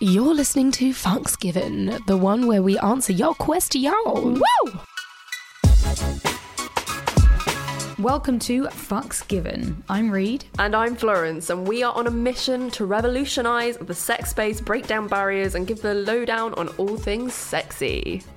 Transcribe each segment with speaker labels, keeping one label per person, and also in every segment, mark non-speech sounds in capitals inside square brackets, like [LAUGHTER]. Speaker 1: You're listening to Fucks Given, the one where we answer your question. Woo!
Speaker 2: Welcome to Fucks Given. I'm Reed.
Speaker 3: And I'm Florence, and we are on a mission to revolutionise the sex space, break down barriers, and give the lowdown on all things sexy.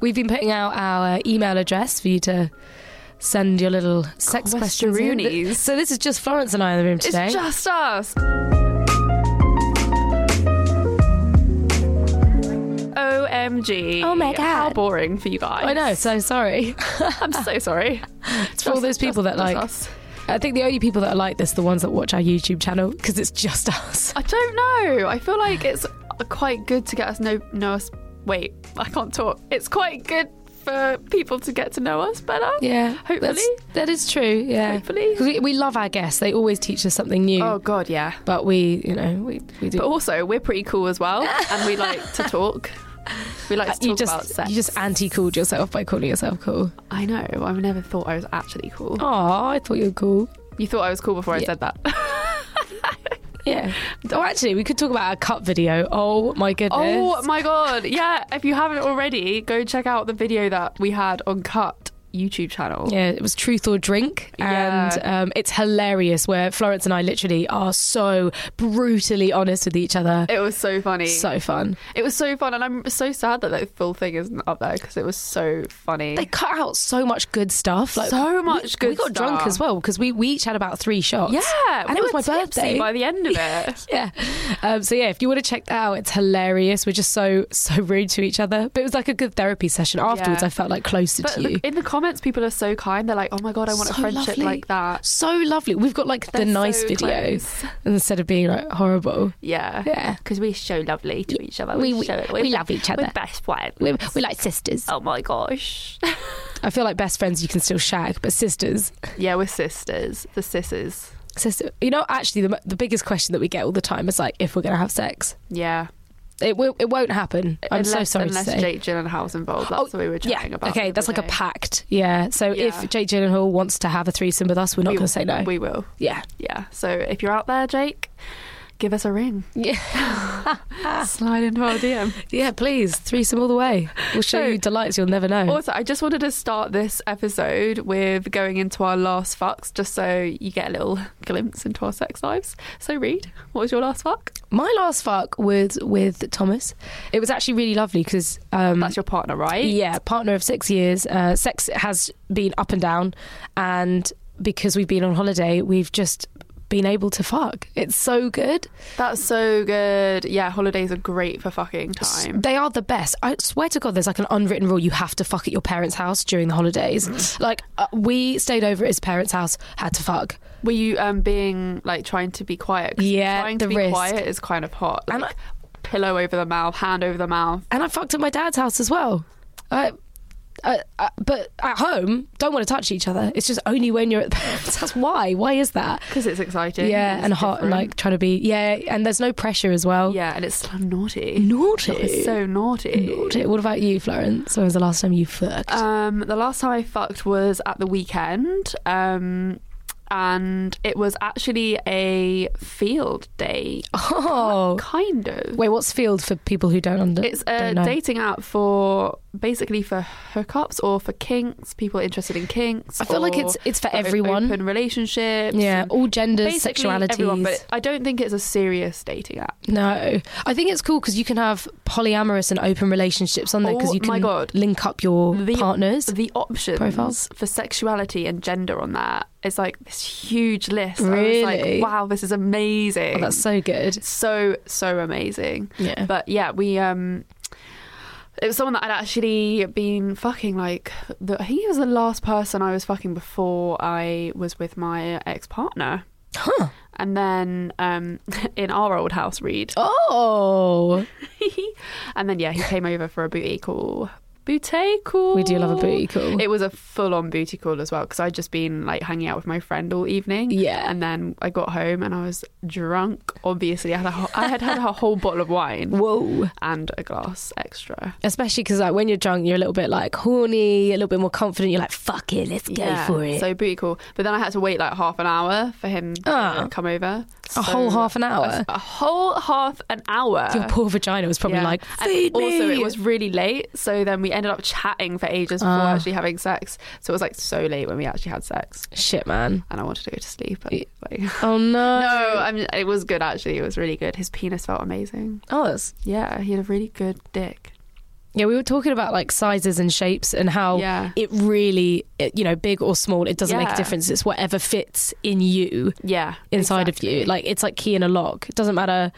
Speaker 1: We've been putting out our email address for you to send your little sex questions. in.
Speaker 3: Questionroonies.
Speaker 1: So this is just Florence and I in the room today.
Speaker 3: It's just us. OMG.
Speaker 1: Oh my
Speaker 3: How
Speaker 1: God.
Speaker 3: boring for you guys.
Speaker 1: I know, so sorry.
Speaker 3: I'm
Speaker 1: [LAUGHS]
Speaker 3: so sorry.
Speaker 1: It's for all those people that like. I think the only people that are like this are the ones that watch our YouTube channel because it's just us.
Speaker 4: I don't know. I feel like it's quite good to get us know know us. Wait, I can't talk. It's quite good for people to get to know us better.
Speaker 1: Yeah,
Speaker 4: Hopefully.
Speaker 1: that's- that is true. Yeah,
Speaker 4: Hopefully.
Speaker 1: 'Cause we, we love our guests; they always teach us something new.
Speaker 4: Oh god, yeah.
Speaker 1: But we, you know, we, we do.
Speaker 4: But also, we're pretty cool as well, and we like
Speaker 1: [LAUGHS]
Speaker 4: to talk. We like to talk
Speaker 1: Uh, you just
Speaker 4: about sex.
Speaker 1: you just anti-called yourself by calling yourself cool.
Speaker 4: I know. I never thought I was actually cool.
Speaker 1: Oh, I thought you were cool.
Speaker 4: You thought I was cool before
Speaker 1: Yeah.
Speaker 4: I said that.
Speaker 1: [LAUGHS] Yeah. Oh, actually, we could talk about our cut video. Oh my goodness.
Speaker 4: Oh my god. Yeah, if you haven't already, go check out the video that we had on Cut YouTube channel.
Speaker 1: Yeah, it was Truth or Drink, and
Speaker 4: Yeah.
Speaker 1: um, it's hilarious. Where Florence and I literally are so brutally honest with each other.
Speaker 4: It was so funny.
Speaker 1: so fun.
Speaker 4: It was so fun, and I'm so sad that that full thing isn't up there because it was so funny.
Speaker 1: They cut out so much good stuff. Like
Speaker 4: So
Speaker 1: we-
Speaker 4: much good
Speaker 1: We got drunk
Speaker 4: stuff.
Speaker 1: as well because we, we each had about three shots.
Speaker 4: yeah,
Speaker 1: and
Speaker 4: we
Speaker 1: it was
Speaker 4: were
Speaker 1: my
Speaker 4: tipsy
Speaker 1: birthday.
Speaker 4: by the end [LAUGHS] of it.
Speaker 1: yeah. Um, so yeah, if you want to check that out, it's hilarious. We're just so so rude to each other, but it was like a good therapy session. Afterwards,
Speaker 4: Yeah.
Speaker 1: I felt like closer
Speaker 4: But
Speaker 1: to you.
Speaker 4: the- in the comments, people are so kind. They're like, "Oh my god, I want
Speaker 1: So
Speaker 4: a friendship
Speaker 1: lovely.
Speaker 4: like that."
Speaker 1: so lovely. We've got like the
Speaker 4: They're
Speaker 1: nice
Speaker 4: so
Speaker 1: videos
Speaker 4: close.
Speaker 1: instead of being like horrible.
Speaker 4: Yeah,
Speaker 1: Yeah.
Speaker 4: because we're so lovely to each other.
Speaker 1: We-
Speaker 4: We,
Speaker 1: we-
Speaker 4: show it.
Speaker 1: we
Speaker 4: We're be-
Speaker 1: love each other.
Speaker 4: We're best friends.
Speaker 1: We're, we're like sisters.
Speaker 4: oh my gosh. [LAUGHS]
Speaker 1: I feel like best friends you can still shag, but sisters,
Speaker 4: yeah, we're sisters. The sisters.
Speaker 1: sister. You know, actually, the, the biggest question that we get all the time is like, if we're gonna have sex,
Speaker 4: Yeah.
Speaker 1: it will, it won't happen. I'm so
Speaker 4: Unless-
Speaker 1: sorry
Speaker 4: Unless
Speaker 1: to say. Oh,
Speaker 4: Jake Gyllenhaal's involved, that's what we were
Speaker 1: yeah.
Speaker 4: chatting about. the
Speaker 1: okay,
Speaker 4: other
Speaker 1: that's like a
Speaker 4: day.
Speaker 1: pact. Yeah. So
Speaker 4: Yeah.
Speaker 1: if Jake Gyllenhaal wants to have a threesome with us, we're not
Speaker 4: We-
Speaker 1: going to say no.
Speaker 4: We will.
Speaker 1: yeah.
Speaker 4: Yeah. So if you're out there, Jake, give us a ring.
Speaker 1: Yeah. Ah.
Speaker 4: Slide into our
Speaker 1: [LAUGHS]
Speaker 4: DM.
Speaker 1: Yeah. Please, threesome all the way. We'll show
Speaker 4: So-
Speaker 1: you delights you'll never know.
Speaker 4: Also, I just wanted to start this episode with going into our last fucks, just so you get a little glimpse into our sex lives. So, Reed, what was your last fuck?
Speaker 1: My last fuck was with Thomas. It was actually really lovely because um,
Speaker 4: That's your partner, right?
Speaker 1: Yeah, partner of six years. Uh, sex has been up and down, and because we've been on holiday, we've just been able to fuck. It's so good.
Speaker 4: That's so good. Yeah, holidays are great for fucking time.
Speaker 1: They are the best. I swear to God, there's like an unwritten rule you have to fuck at your parents' house during the
Speaker 4: Mm.
Speaker 1: holidays. like uh, we stayed over at his parents' house, had to fuck.
Speaker 4: Were you um being like trying to be quiet? 'Cause
Speaker 1: Yeah,
Speaker 4: trying
Speaker 1: the
Speaker 4: to be
Speaker 1: risk.
Speaker 4: quiet is kind of hot.
Speaker 1: And
Speaker 4: Like, pillow over the mouth, hand over the mouth.
Speaker 1: and I fucked at my dad's house as well. I, I, I, but at home, don't want to touch each other. It's just only when you're at the [LAUGHS] parents' house. Why? Why is that?
Speaker 4: Because it's exciting.
Speaker 1: Yeah,
Speaker 4: it's
Speaker 1: and hot and
Speaker 4: different.
Speaker 1: like trying to be yeah, and there's no pressure as well.
Speaker 4: yeah, and it's so naughty.
Speaker 1: naughty.
Speaker 4: It's so naughty.
Speaker 1: naughty. What about you, Florence? When was the last time you fucked?
Speaker 4: Um, the last time I fucked was at the weekend. Um, and it was actually a field day,
Speaker 1: [LAUGHS] oh,
Speaker 4: kind of.
Speaker 1: wait, what's field for people who don't under?
Speaker 4: It's a
Speaker 1: don't know?
Speaker 4: dating app for basically for hookups or for kinks, people interested in kinks.
Speaker 1: I feel like
Speaker 4: or
Speaker 1: it's it's for
Speaker 4: o-
Speaker 1: everyone.
Speaker 4: Open relationships.
Speaker 1: Yeah,
Speaker 4: and
Speaker 1: all genders,
Speaker 4: basically
Speaker 1: sexualities.
Speaker 4: Everyone, but I don't think it's a serious dating app.
Speaker 1: No, I think it's cool because you can have polyamorous and open relationships on there because
Speaker 4: Oh
Speaker 1: you can
Speaker 4: my God.
Speaker 1: link up your
Speaker 4: The-
Speaker 1: partners.
Speaker 4: The options
Speaker 1: Profiles?
Speaker 4: for sexuality and gender on that is like this huge list. I was
Speaker 1: Really?
Speaker 4: like, wow, this is amazing.
Speaker 1: oh, that's so good.
Speaker 4: so so amazing.
Speaker 1: Yeah.
Speaker 4: But yeah, we um it was someone that I'd actually been fucking like the, I think he was the last person I was fucking before I was with my ex partner.
Speaker 1: Huh.
Speaker 4: And then um, [LAUGHS] in our old house, Reed. [LAUGHS]
Speaker 1: Oh.
Speaker 4: and then, yeah, he came over for a booty call. Booty call.
Speaker 1: We do love a booty call.
Speaker 4: It was a full on booty call as well because I'd just been like hanging out with my friend all evening.
Speaker 1: Yeah.
Speaker 4: And then I got home and I was drunk, obviously. I had, a whole, I had, had a whole bottle of wine
Speaker 1: Whoa.
Speaker 4: and a glass extra.
Speaker 1: Especially because like when you're drunk, you're a little bit like horny, a little bit more confident. You're like, fuck it, let's go for it.
Speaker 4: So booty call. But then I had to wait like half an hour for him to
Speaker 1: Ah.
Speaker 4: come over. A
Speaker 1: whole half an hour?
Speaker 4: A, whole half an hour.
Speaker 1: Your poor vagina was probably
Speaker 4: Yeah.
Speaker 1: like,
Speaker 4: And
Speaker 1: feed
Speaker 4: also
Speaker 1: me.
Speaker 4: it was really late, so then we ended up chatting for ages before
Speaker 1: Ah.
Speaker 4: actually having sex. So it was like so late when we actually had sex,
Speaker 1: shit, man.
Speaker 4: and I wanted to go to sleep. And,
Speaker 1: [LAUGHS]
Speaker 4: like,
Speaker 1: Oh no.
Speaker 4: no, I mean it was good actually. It was really good. His penis felt amazing.
Speaker 1: Oh, that's-
Speaker 4: Yeah, he had a really good dick.
Speaker 1: yeah. We were talking about like sizes and shapes and how
Speaker 4: Yeah.
Speaker 1: it really, it- you know, big or small, it doesn't make a
Speaker 4: Yeah.
Speaker 1: difference. It's whatever fits in you,
Speaker 4: Yeah,
Speaker 1: inside of
Speaker 4: exactly.
Speaker 1: you. Like it's like key in a lock. It doesn't matter.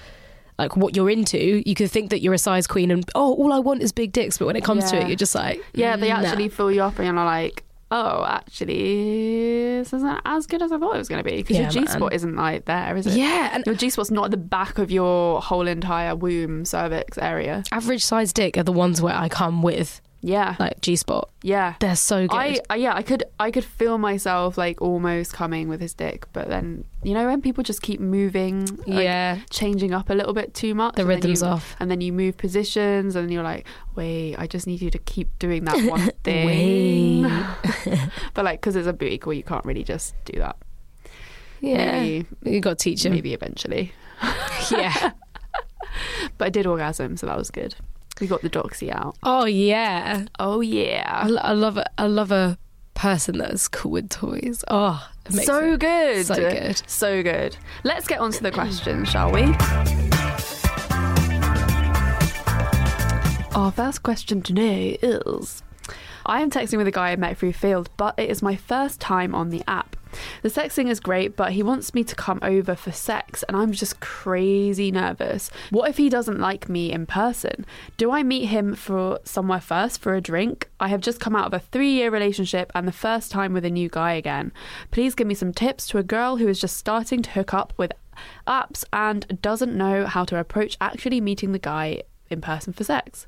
Speaker 1: Like what you're into, you could think that you're a size queen and oh, all I want is big dicks. But when it comes to
Speaker 4: Yeah.
Speaker 1: it, you're just like,
Speaker 4: Yeah, they
Speaker 1: Mm, nah.
Speaker 4: actually fill you up and are like, oh, actually, this isn't as good as I thought it was going to be because
Speaker 1: Yeah,
Speaker 4: your G spot
Speaker 1: man.
Speaker 4: isn't like there, is it?
Speaker 1: yeah. And
Speaker 4: Your G spot's not at the back of your whole entire womb cervix area.
Speaker 1: average size dick are the ones where I come with
Speaker 4: Yeah,
Speaker 1: like G spot.
Speaker 4: yeah.
Speaker 1: They're so good.
Speaker 4: I, I yeah, I could I could feel myself like almost coming with his dick, but then you know when people just keep moving, like,
Speaker 1: yeah,
Speaker 4: changing up a little bit too much.
Speaker 1: the
Speaker 4: and then
Speaker 1: rhythm's
Speaker 4: you-
Speaker 1: off.
Speaker 4: and then you move positions and you're like wait i just need you to keep doing that
Speaker 1: [LAUGHS]
Speaker 4: one thing
Speaker 1: Wait. [LAUGHS]
Speaker 4: but like because it's a booty call you can't really just do that
Speaker 1: Yeah,
Speaker 4: maybe,
Speaker 1: you got to teach him.
Speaker 4: maybe eventually
Speaker 1: [LAUGHS] yeah.
Speaker 4: but i did orgasm so that was good we got the doxy out
Speaker 1: Oh yeah.
Speaker 4: oh yeah
Speaker 1: I, lo- I love a, I love a person that's cool with toys. Oh, it makes
Speaker 4: so
Speaker 1: it-
Speaker 4: good
Speaker 1: so good.
Speaker 4: so good let's get on to the questions shall we our first question today is I am texting with a guy I met through Field, but it is my first time on the app. The sexing is great, but he wants me to come over for sex, and I'm just crazy nervous. What if he doesn't like me in person? Do I meet him for somewhere first for a drink? I have just come out of a three year relationship and the first time with a new guy again. Please give me some tips to a girl who is just starting to hook up with apps and doesn't know how to approach actually meeting the guy in person for sex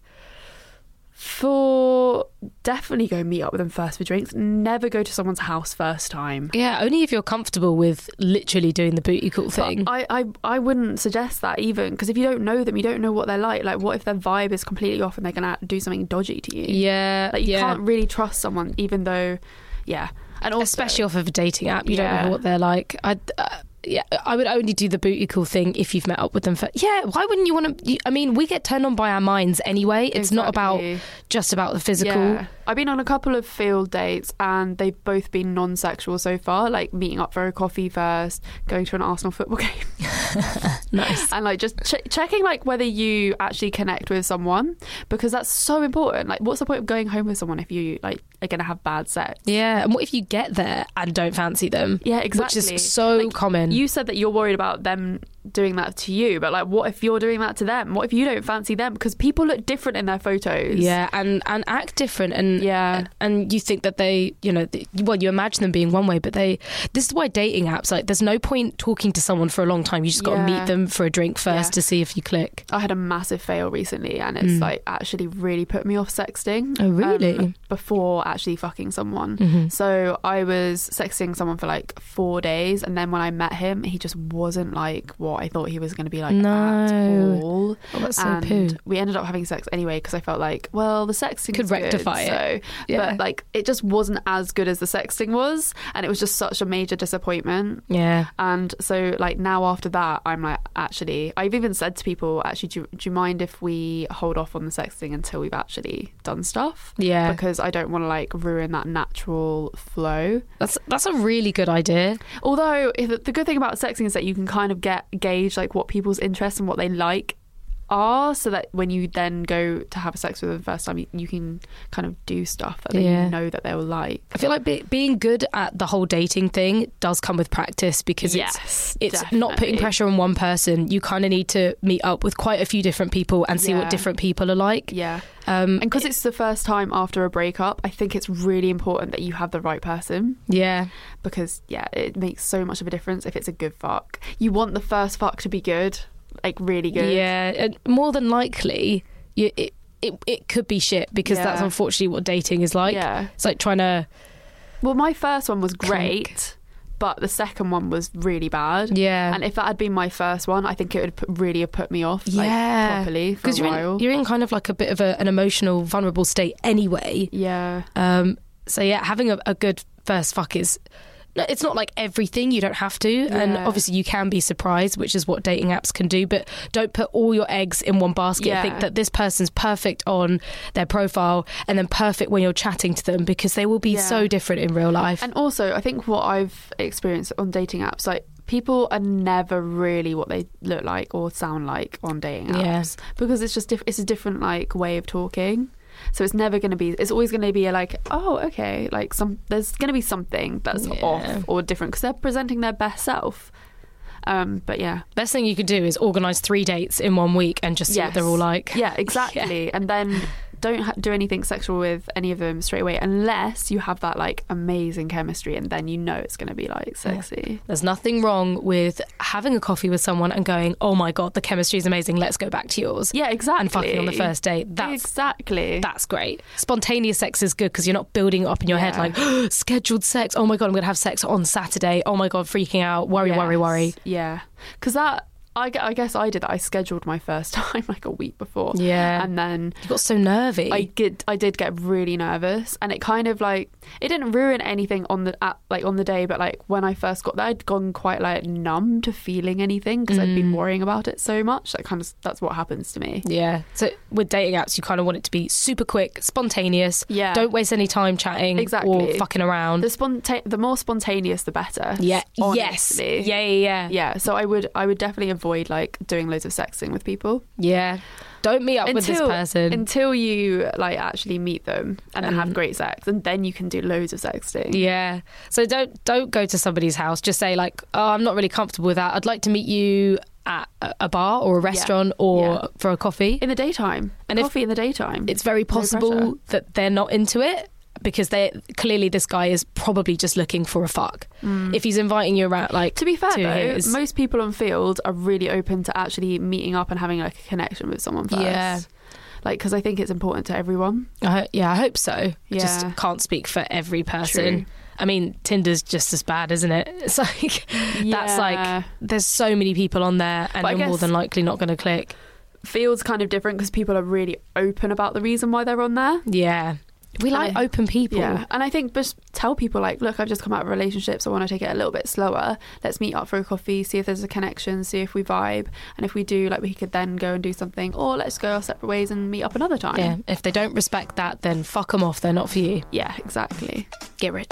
Speaker 4: for definitely go meet up with them first for drinks. Never go to someone's house first time.
Speaker 1: Yeah, only if you're comfortable with literally doing the booty call thing.
Speaker 4: I, I, I wouldn't suggest that even because if you don't know them, you don't know what they're like. Like, what if their vibe is completely off and they're going to do something dodgy to you?
Speaker 1: yeah,
Speaker 4: Like, you
Speaker 1: yeah.
Speaker 4: can't really trust someone, even though, yeah. And also,
Speaker 1: Especially off of a dating app, you don't
Speaker 4: Yeah.
Speaker 1: know what they're like. I. Uh, yeah, I would only do the booty call thing if you've met up with them. For yeah, why wouldn't you want to? I mean, we get turned on by our minds anyway. It's not about
Speaker 4: Exactly.
Speaker 1: just about the physical.
Speaker 4: Yeah. I've been on a couple of field dates and they've both been non sexual so far, like meeting up for a coffee first, going to an Arsenal football [LAUGHS] game.
Speaker 1: [LAUGHS] Nice.
Speaker 4: and like just che checking like whether you actually connect with someone because that's so important like what's the point of going home with someone if you like are gonna have bad sex
Speaker 1: Yeah, and what if you get there and don't fancy them?
Speaker 4: yeah
Speaker 1: Which
Speaker 4: exactly
Speaker 1: is so
Speaker 4: Like,
Speaker 1: common.
Speaker 4: you said that you're worried about them doing that to you but like what if you're doing that to them what if you don't fancy them because people look different in their photos
Speaker 1: yeah, and and act different, and
Speaker 4: Yeah.
Speaker 1: and you think that they, you know, th- well, you imagine them being one way, but they. This is why dating apps like there's no point talking to someone for a long time. You just got to
Speaker 4: Yeah.
Speaker 1: meet them for a drink first
Speaker 4: Yeah.
Speaker 1: to see if you click.
Speaker 4: I had a massive fail recently, and it's like actually really put me off sexting.
Speaker 1: Mm.
Speaker 4: um,
Speaker 1: Oh, really? Mm.
Speaker 4: before actually fucking someone. So I was sexting someone for like four days, and then when I met him, he just wasn't like what I thought he was going to be like
Speaker 1: No.
Speaker 4: at all.
Speaker 1: Oh, that's so
Speaker 4: and
Speaker 1: poo.
Speaker 4: we ended up having sex anyway because I felt like, well, the sexting
Speaker 1: Could rectify it.
Speaker 4: So,
Speaker 1: Yeah.
Speaker 4: but like it just wasn't as good as the sexting was, and it was just such a major disappointment.
Speaker 1: Yeah.
Speaker 4: And so, like, now after that, I'm like, actually, I've even said to people, actually, do, do you mind if we hold off on the sexting until we've actually done stuff?
Speaker 1: Yeah,
Speaker 4: Because I don't want to, like, ruin that natural flow.
Speaker 1: that's that's a really good idea.
Speaker 4: Although, if, the good thing about sexting is that you can kind of get gauge, like, what people's interests and what they like are, so that when you then go to have sex with them the first time, you, you can kind of do stuff that then
Speaker 1: Yeah.
Speaker 4: you know that they'll like.
Speaker 1: I feel like be- being good at the whole dating thing does come with practice because it's
Speaker 4: Yes,
Speaker 1: it's not putting
Speaker 4: definitely.
Speaker 1: pressure on one person. You kind of need to meet up with quite a few different people and see
Speaker 4: Yeah.
Speaker 1: what different people are like.
Speaker 4: Yeah.
Speaker 1: Um,
Speaker 4: And because it's the first time after a breakup, I think it's really important that you have the right person
Speaker 1: yeah,
Speaker 4: because, yeah, it makes so much of a difference if it's a good fuck. You want the first fuck to be good, like really good.
Speaker 1: yeah, and more than likely, you, it, it it could be shit because that's
Speaker 4: Yeah.
Speaker 1: unfortunately what dating is like.
Speaker 4: yeah.
Speaker 1: It's like trying to
Speaker 4: Well, my first one was great, but the second one was really bad.
Speaker 1: yeah.
Speaker 4: And if that had been my first one, I think it would put, really have put me off like,
Speaker 1: Yeah.
Speaker 4: properly for a
Speaker 1: because you're
Speaker 4: while.
Speaker 1: in, you're in kind of like a bit of a, an emotional vulnerable state anyway
Speaker 4: yeah.
Speaker 1: Um, so yeah, having a, a good first fuck is. no, It's not like everything, you don't have to. And
Speaker 4: Yeah.
Speaker 1: obviously, you can be surprised, which is what dating apps can do. But don't put all your eggs in one basket.
Speaker 4: Yeah.
Speaker 1: Think that this person's perfect on their profile and then perfect when you're chatting to them because they will be
Speaker 4: Yeah.
Speaker 1: so different in real life.
Speaker 4: And also, I think what I've experienced on dating apps, like people are never really what they look like or sound like on dating
Speaker 1: Yeah.
Speaker 4: apps because it's just diff- it's a different like way of talking. So it's never going to be. It's always going to be a, like, oh, okay, like some. There's going to be something that's
Speaker 1: Yeah.
Speaker 4: off or different because they're presenting their best self. Um, but yeah,
Speaker 1: Best thing you could do is organize three dates in one week and just see what
Speaker 4: Yes.
Speaker 1: they're all like.
Speaker 4: yeah,
Speaker 1: [LAUGHS]
Speaker 4: exactly. And then don't ha- do anything sexual with any of them straight away unless you have that like amazing chemistry, and then you know it's going to be like sexy.
Speaker 1: There's nothing wrong with having a coffee with someone and going, oh my God, the chemistry is amazing. Let's go back to yours.
Speaker 4: Yeah, exactly.
Speaker 1: And fucking on the first date. That's
Speaker 4: exactly.
Speaker 1: that's great. Spontaneous sex is good because you're not building it up in your head
Speaker 4: Yeah.
Speaker 1: like [GASPS] scheduled sex. Oh my god, I'm gonna have sex on Saturday. Oh my god, freaking out. Worry, worry,
Speaker 4: Yes.
Speaker 1: worry.
Speaker 4: Yeah, because that I, gu- I guess I did that. I scheduled my first [LAUGHS] time like a week before.
Speaker 1: Yeah.
Speaker 4: and then
Speaker 1: You got so nervy.
Speaker 4: I did I did get really nervous, and it kind of like it didn't ruin anything on the at, like on the day, but like when I first got there, I'd gone quite like numb to feeling anything because I'd
Speaker 1: Mm.
Speaker 4: been worrying about it so much. That kind of that's what happens to me.
Speaker 1: yeah. So with dating apps, you kind of want it to be super quick, spontaneous.
Speaker 4: Yeah.
Speaker 1: Don't waste any time chatting or
Speaker 4: Exactly.
Speaker 1: fucking around.
Speaker 4: The sponta- the more spontaneous, the better.
Speaker 1: yeah.
Speaker 4: honestly.
Speaker 1: Yes. Yeah. Yeah. Yeah.
Speaker 4: yeah. So I would I would definitely avoid like doing loads of sexing with people.
Speaker 1: Yeah. Don't meet up with this person.
Speaker 4: until you like actually meet them and then have
Speaker 1: And-
Speaker 4: great sex and then you can do loads of sexting
Speaker 1: Yeah. So don't don't go to somebody's house. Just say like, oh, I'm not really comfortable with that. I'd like to meet you at a a bar or a restaurant or
Speaker 4: Yeah.
Speaker 1: for a coffee.
Speaker 4: in the daytime
Speaker 1: And
Speaker 4: and
Speaker 1: if-
Speaker 4: coffee in the daytime
Speaker 1: It's very possible
Speaker 4: pressure.
Speaker 1: that they're not into it because they clearly this guy is probably just looking for a fuck. If he's inviting you around, like
Speaker 4: Mm. to be fair
Speaker 1: to
Speaker 4: though
Speaker 1: his-
Speaker 4: most people on field are really open to actually meeting up and having like a connection with someone first
Speaker 1: Yeah.
Speaker 4: like because i think it's important to everyone
Speaker 1: I ho- yeah, I hope so. I
Speaker 4: Yeah.
Speaker 1: Just can't speak for every person.
Speaker 4: True.
Speaker 1: I mean, Tinder's just as bad, isn't it? [LAUGHS] It's like that's
Speaker 4: Yeah.
Speaker 1: like there's so many people on there, and
Speaker 4: But I
Speaker 1: you're more
Speaker 4: guess-
Speaker 1: than likely not going to click.
Speaker 4: fields kind of different because people are really open about the reason why they're on there
Speaker 1: Yeah, we
Speaker 4: And
Speaker 1: like
Speaker 4: I-
Speaker 1: open people.
Speaker 4: Yeah, and I think just tell people like, look, I've just come out of relationships. I want to take it a little bit slower. Let's meet up for a coffee, see if there's a connection, see if we vibe, and if we do, like, we could then go and do something, or let's go our separate ways and meet up another time.
Speaker 1: Yeah, if they don't respect that, then fuck them off. They're not for you.
Speaker 4: Yeah, exactly.
Speaker 1: Get rich.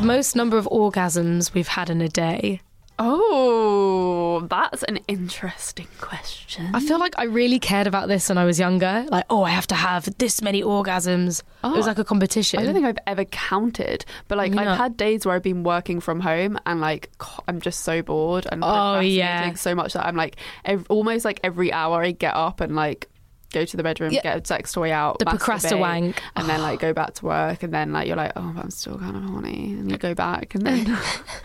Speaker 1: Most number of orgasms we've had in a day.
Speaker 4: Oh, that's an interesting question.
Speaker 1: I feel like I really cared about this when I was younger. Like, oh, I have to have this many orgasms. it was
Speaker 4: Oh,
Speaker 1: like a competition.
Speaker 4: I don't think I've ever counted, but like
Speaker 1: You
Speaker 4: I've
Speaker 1: know-
Speaker 4: had days where I've been working from home and like co- I'm just so bored and
Speaker 1: Oh,
Speaker 4: procrastinating
Speaker 1: yeah.
Speaker 4: so much that I'm like ev- almost like every hour I get up and like go to the bedroom,
Speaker 1: Yeah.
Speaker 4: get a sex toy out,
Speaker 1: The procrasta
Speaker 4: masturbate,
Speaker 1: wank.
Speaker 4: and
Speaker 1: [SIGHS]
Speaker 4: then like go back to work, and then like you're like, oh, but I'm still kind of horny, and you go back,
Speaker 1: [LAUGHS]
Speaker 4: and then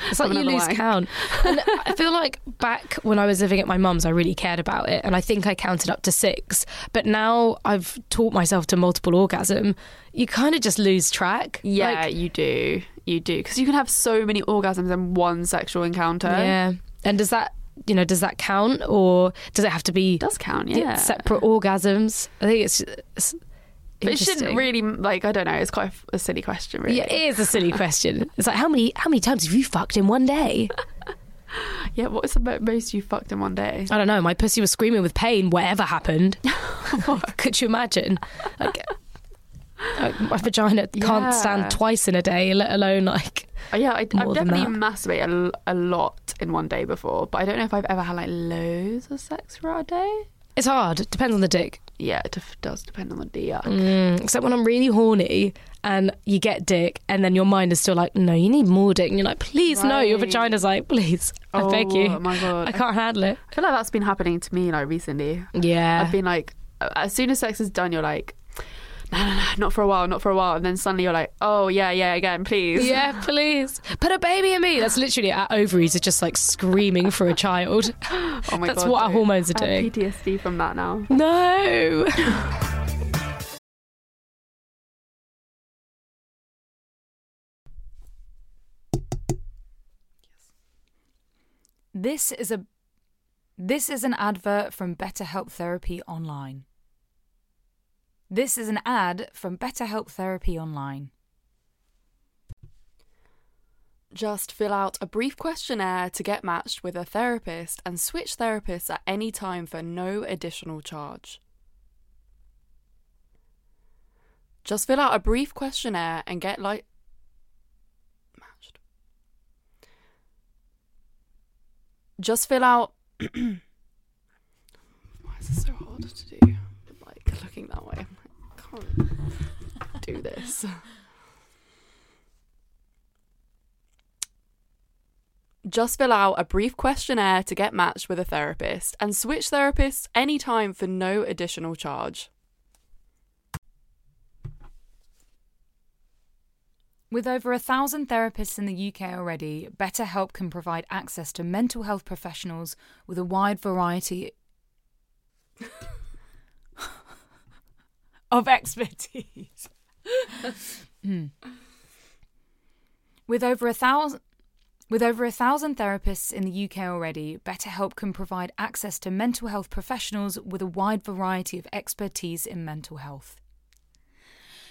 Speaker 1: It's like
Speaker 4: Have
Speaker 1: you
Speaker 4: another
Speaker 1: lose
Speaker 4: wank.
Speaker 1: count. And I feel like back when I was living at my mum's, I really cared about it, and I think I counted up to six. But now I've taught myself to multiple orgasm. You kind of just lose track.
Speaker 4: yeah,
Speaker 1: Like,
Speaker 4: you do, you do, because you can have so many orgasms in one sexual encounter.
Speaker 1: yeah. And does that, you know, does that count, or does it have to be
Speaker 4: It does count, yeah.
Speaker 1: separate orgasms? I think it's. it's
Speaker 4: But it
Speaker 1: interesting.
Speaker 4: shouldn't really like I don't know. It's quite a, a silly question, really.
Speaker 1: Yeah, it is a silly question. It's like how many how many times have you fucked in one day?
Speaker 4: Yeah, what was the mo- most you fucked in one day?
Speaker 1: I don't know. My pussy was screaming with pain. Whatever
Speaker 4: [LAUGHS]
Speaker 1: happened, [LAUGHS] could you imagine? Like, like, my vagina can't
Speaker 4: Yeah.
Speaker 1: stand twice in a day, let alone like
Speaker 4: Uh, yeah, I, I've
Speaker 1: More than
Speaker 4: definitely masturbated a, l- a lot in one day before, but I don't know if I've ever had like loads of sex for a day.
Speaker 1: It's hard. It Depends on the dick.
Speaker 4: Yeah, it def- does depend on the DR.
Speaker 1: Mm, except when I'm really horny and you get dick, and then your mind is still like, no, you need more dick. And you're like, please, no. Your
Speaker 4: Right.
Speaker 1: vagina's like, please, I beg
Speaker 4: Oh
Speaker 1: you.
Speaker 4: my god,
Speaker 1: I can't handle it.
Speaker 4: I feel like that's been happening to me like recently.
Speaker 1: Yeah.
Speaker 4: I've been like, as soon as sex is done, you're like, no, no, no, not for a while, not for a while, and then suddenly you're like, oh yeah, yeah, again, please.
Speaker 1: yeah, please. Put a baby in me. That's literally our ovaries are just like screaming for a child.
Speaker 4: [LAUGHS]
Speaker 1: [LAUGHS]
Speaker 4: Oh my
Speaker 1: That's
Speaker 4: god,
Speaker 1: what our
Speaker 4: no.
Speaker 1: hormones are
Speaker 4: I have
Speaker 1: doing.
Speaker 4: PTSD from that now.
Speaker 1: No.
Speaker 2: This is a this is an advert from BetterHelp Therapy Online. This is an ad from BetterHelp Therapy Online.
Speaker 4: Just fill out a brief questionnaire to get matched with a therapist and switch therapists at any time for no additional charge. Just fill out a brief questionnaire and get like matched. Just fill out [CLEARS THROAT] Why is this so hard to do? Like looking that way. I can't do this. Just fill out a brief questionnaire to get matched with a therapist and switch therapists anytime for no additional charge.
Speaker 2: With over a thousand therapists in the UK already, BetterHelp can provide access to mental health professionals with a wide variety of expertise. Hmm. With over a thousand. With over a thousand therapists in the UK already, BetterHelp can provide access to mental health professionals with a wide variety of expertise in mental health.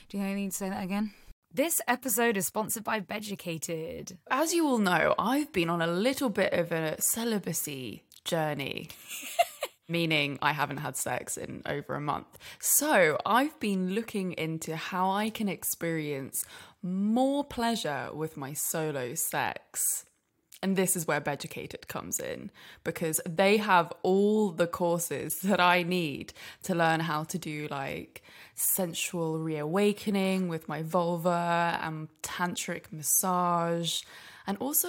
Speaker 2: Do you think I need to say that again? This episode is sponsored by Beducated.
Speaker 4: As you all know, I've been on a little bit of a celibacy [LAUGHS] journey, meaning I haven't had sex in over a month. So I've been looking into how I can experience more pleasure with my solo sex. And this is where Beducated comes in because they have all the courses that I need to learn how to do like sensual reawakening with my vulva and tantric massage. And also,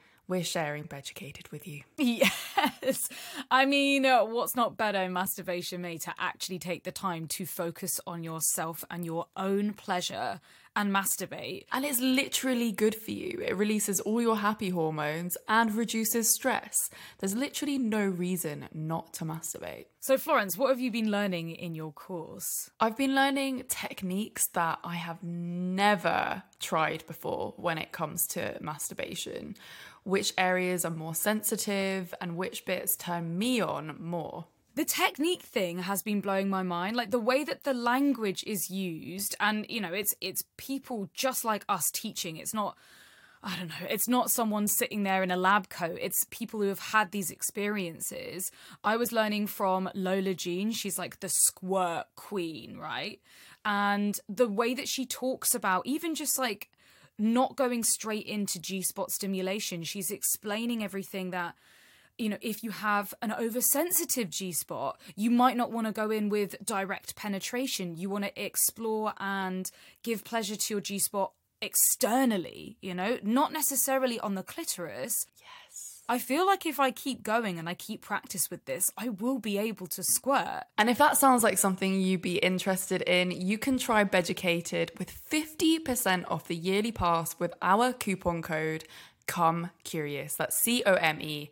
Speaker 4: we're sharing Beducated with you.
Speaker 2: Yes. I mean, uh, what's not better in masturbation, mate, to actually take the time to focus on yourself and your own pleasure and masturbate?
Speaker 4: And it's literally good for you. It releases all your happy hormones and reduces stress. There's literally no reason not to masturbate.
Speaker 2: So, Florence, what have you been learning in your course?
Speaker 4: I've been learning techniques that I have never tried before when it comes to masturbation. Which areas are more sensitive and which bits turn me on more.
Speaker 2: the technique thing has been blowing my mind like the way that the language is used and you know it's it's people just like us teaching it's not i don't know it's not someone sitting there in a lab coat it's people who have had these experiences i was learning from lola jean she's like the squirt queen right and the way that she talks about even just like not going straight into G spot stimulation. She's explaining everything that, you know, if you have an oversensitive G spot, you might not want to go in with direct penetration. You want to explore and give pleasure to your G spot externally, you know, not necessarily on the clitoris. Yes. I feel like if I keep going and I keep practice with this, I will be able to squirt.
Speaker 4: And if that sounds like something you'd be interested in, you can try Beducated with 50% off the yearly pass with our coupon code COME CURIOUS. That's C O M E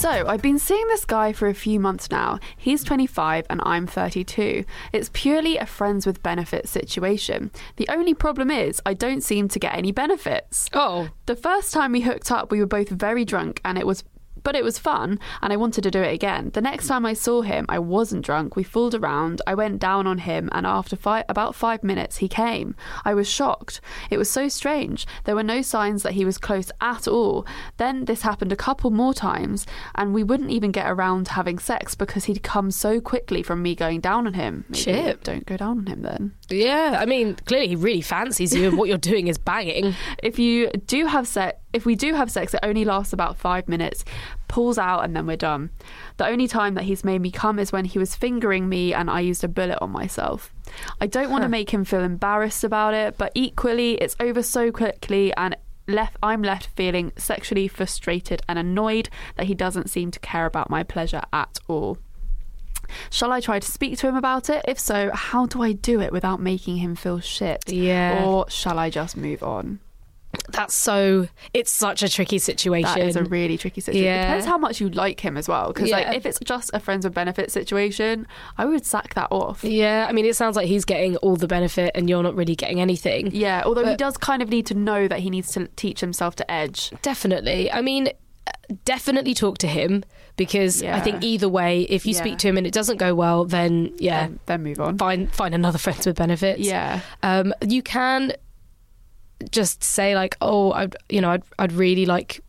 Speaker 5: So, I've been seeing this guy for a few months now. He's 25 and I'm 32. It's purely a friends with benefits situation. The only problem is, I don't seem to get any benefits.
Speaker 1: Oh,
Speaker 5: The first time we hooked up, we were both very drunk and it was but it was fun and I wanted to do it again. The next time I saw him, I wasn't drunk. We fooled around. I went down on him and after fi- about 5 minutes he came. I was shocked. It was so strange. There were no signs that he was close at all. Then this happened a couple more times and we wouldn't even get around to having sex because he'd come so quickly from me going down on him. Maybe
Speaker 1: Shit.
Speaker 5: Don't go down on him then.
Speaker 1: yeah. I mean, clearly he really fancies you, and what you're doing is banging.
Speaker 5: if you do have sex if we do have sex it only lasts about five minutes pulls out and then we're done the only time that he's made me come is when he was fingering me and i used a bullet on myself i don't want to make him feel embarrassed about it but equally it's over so quickly and left i'm left feeling sexually frustrated and annoyed that he doesn't seem to care about my pleasure at all Shall I try to speak to him about it? If so, how do I do it without making him feel shit?
Speaker 1: Yeah.
Speaker 5: Or shall I just move on?
Speaker 1: That's so. It's such a tricky situation.
Speaker 5: That is a really tricky situation.
Speaker 1: Yeah.
Speaker 5: It depends how much you like him as well. Because
Speaker 1: Yeah.
Speaker 5: like if it's just a friends with benefits situation, I would sack that off.
Speaker 1: yeah, I mean, it sounds like he's getting all the benefit, and you're not really getting anything.
Speaker 5: Yeah, although he
Speaker 1: But-
Speaker 5: does kind of need to know that he needs to teach himself to edge.
Speaker 1: Definitely. I mean, definitely talk to him because I
Speaker 5: Yeah.
Speaker 1: think either way, if you
Speaker 5: Yeah.
Speaker 1: speak to him and it doesn't go well, then yeah,
Speaker 5: and um, then move on.
Speaker 1: find find another [LAUGHS] friends with benefits.
Speaker 5: Yeah,
Speaker 1: Um, you can just say like, oh, I'd, you know, I'd I'd really like.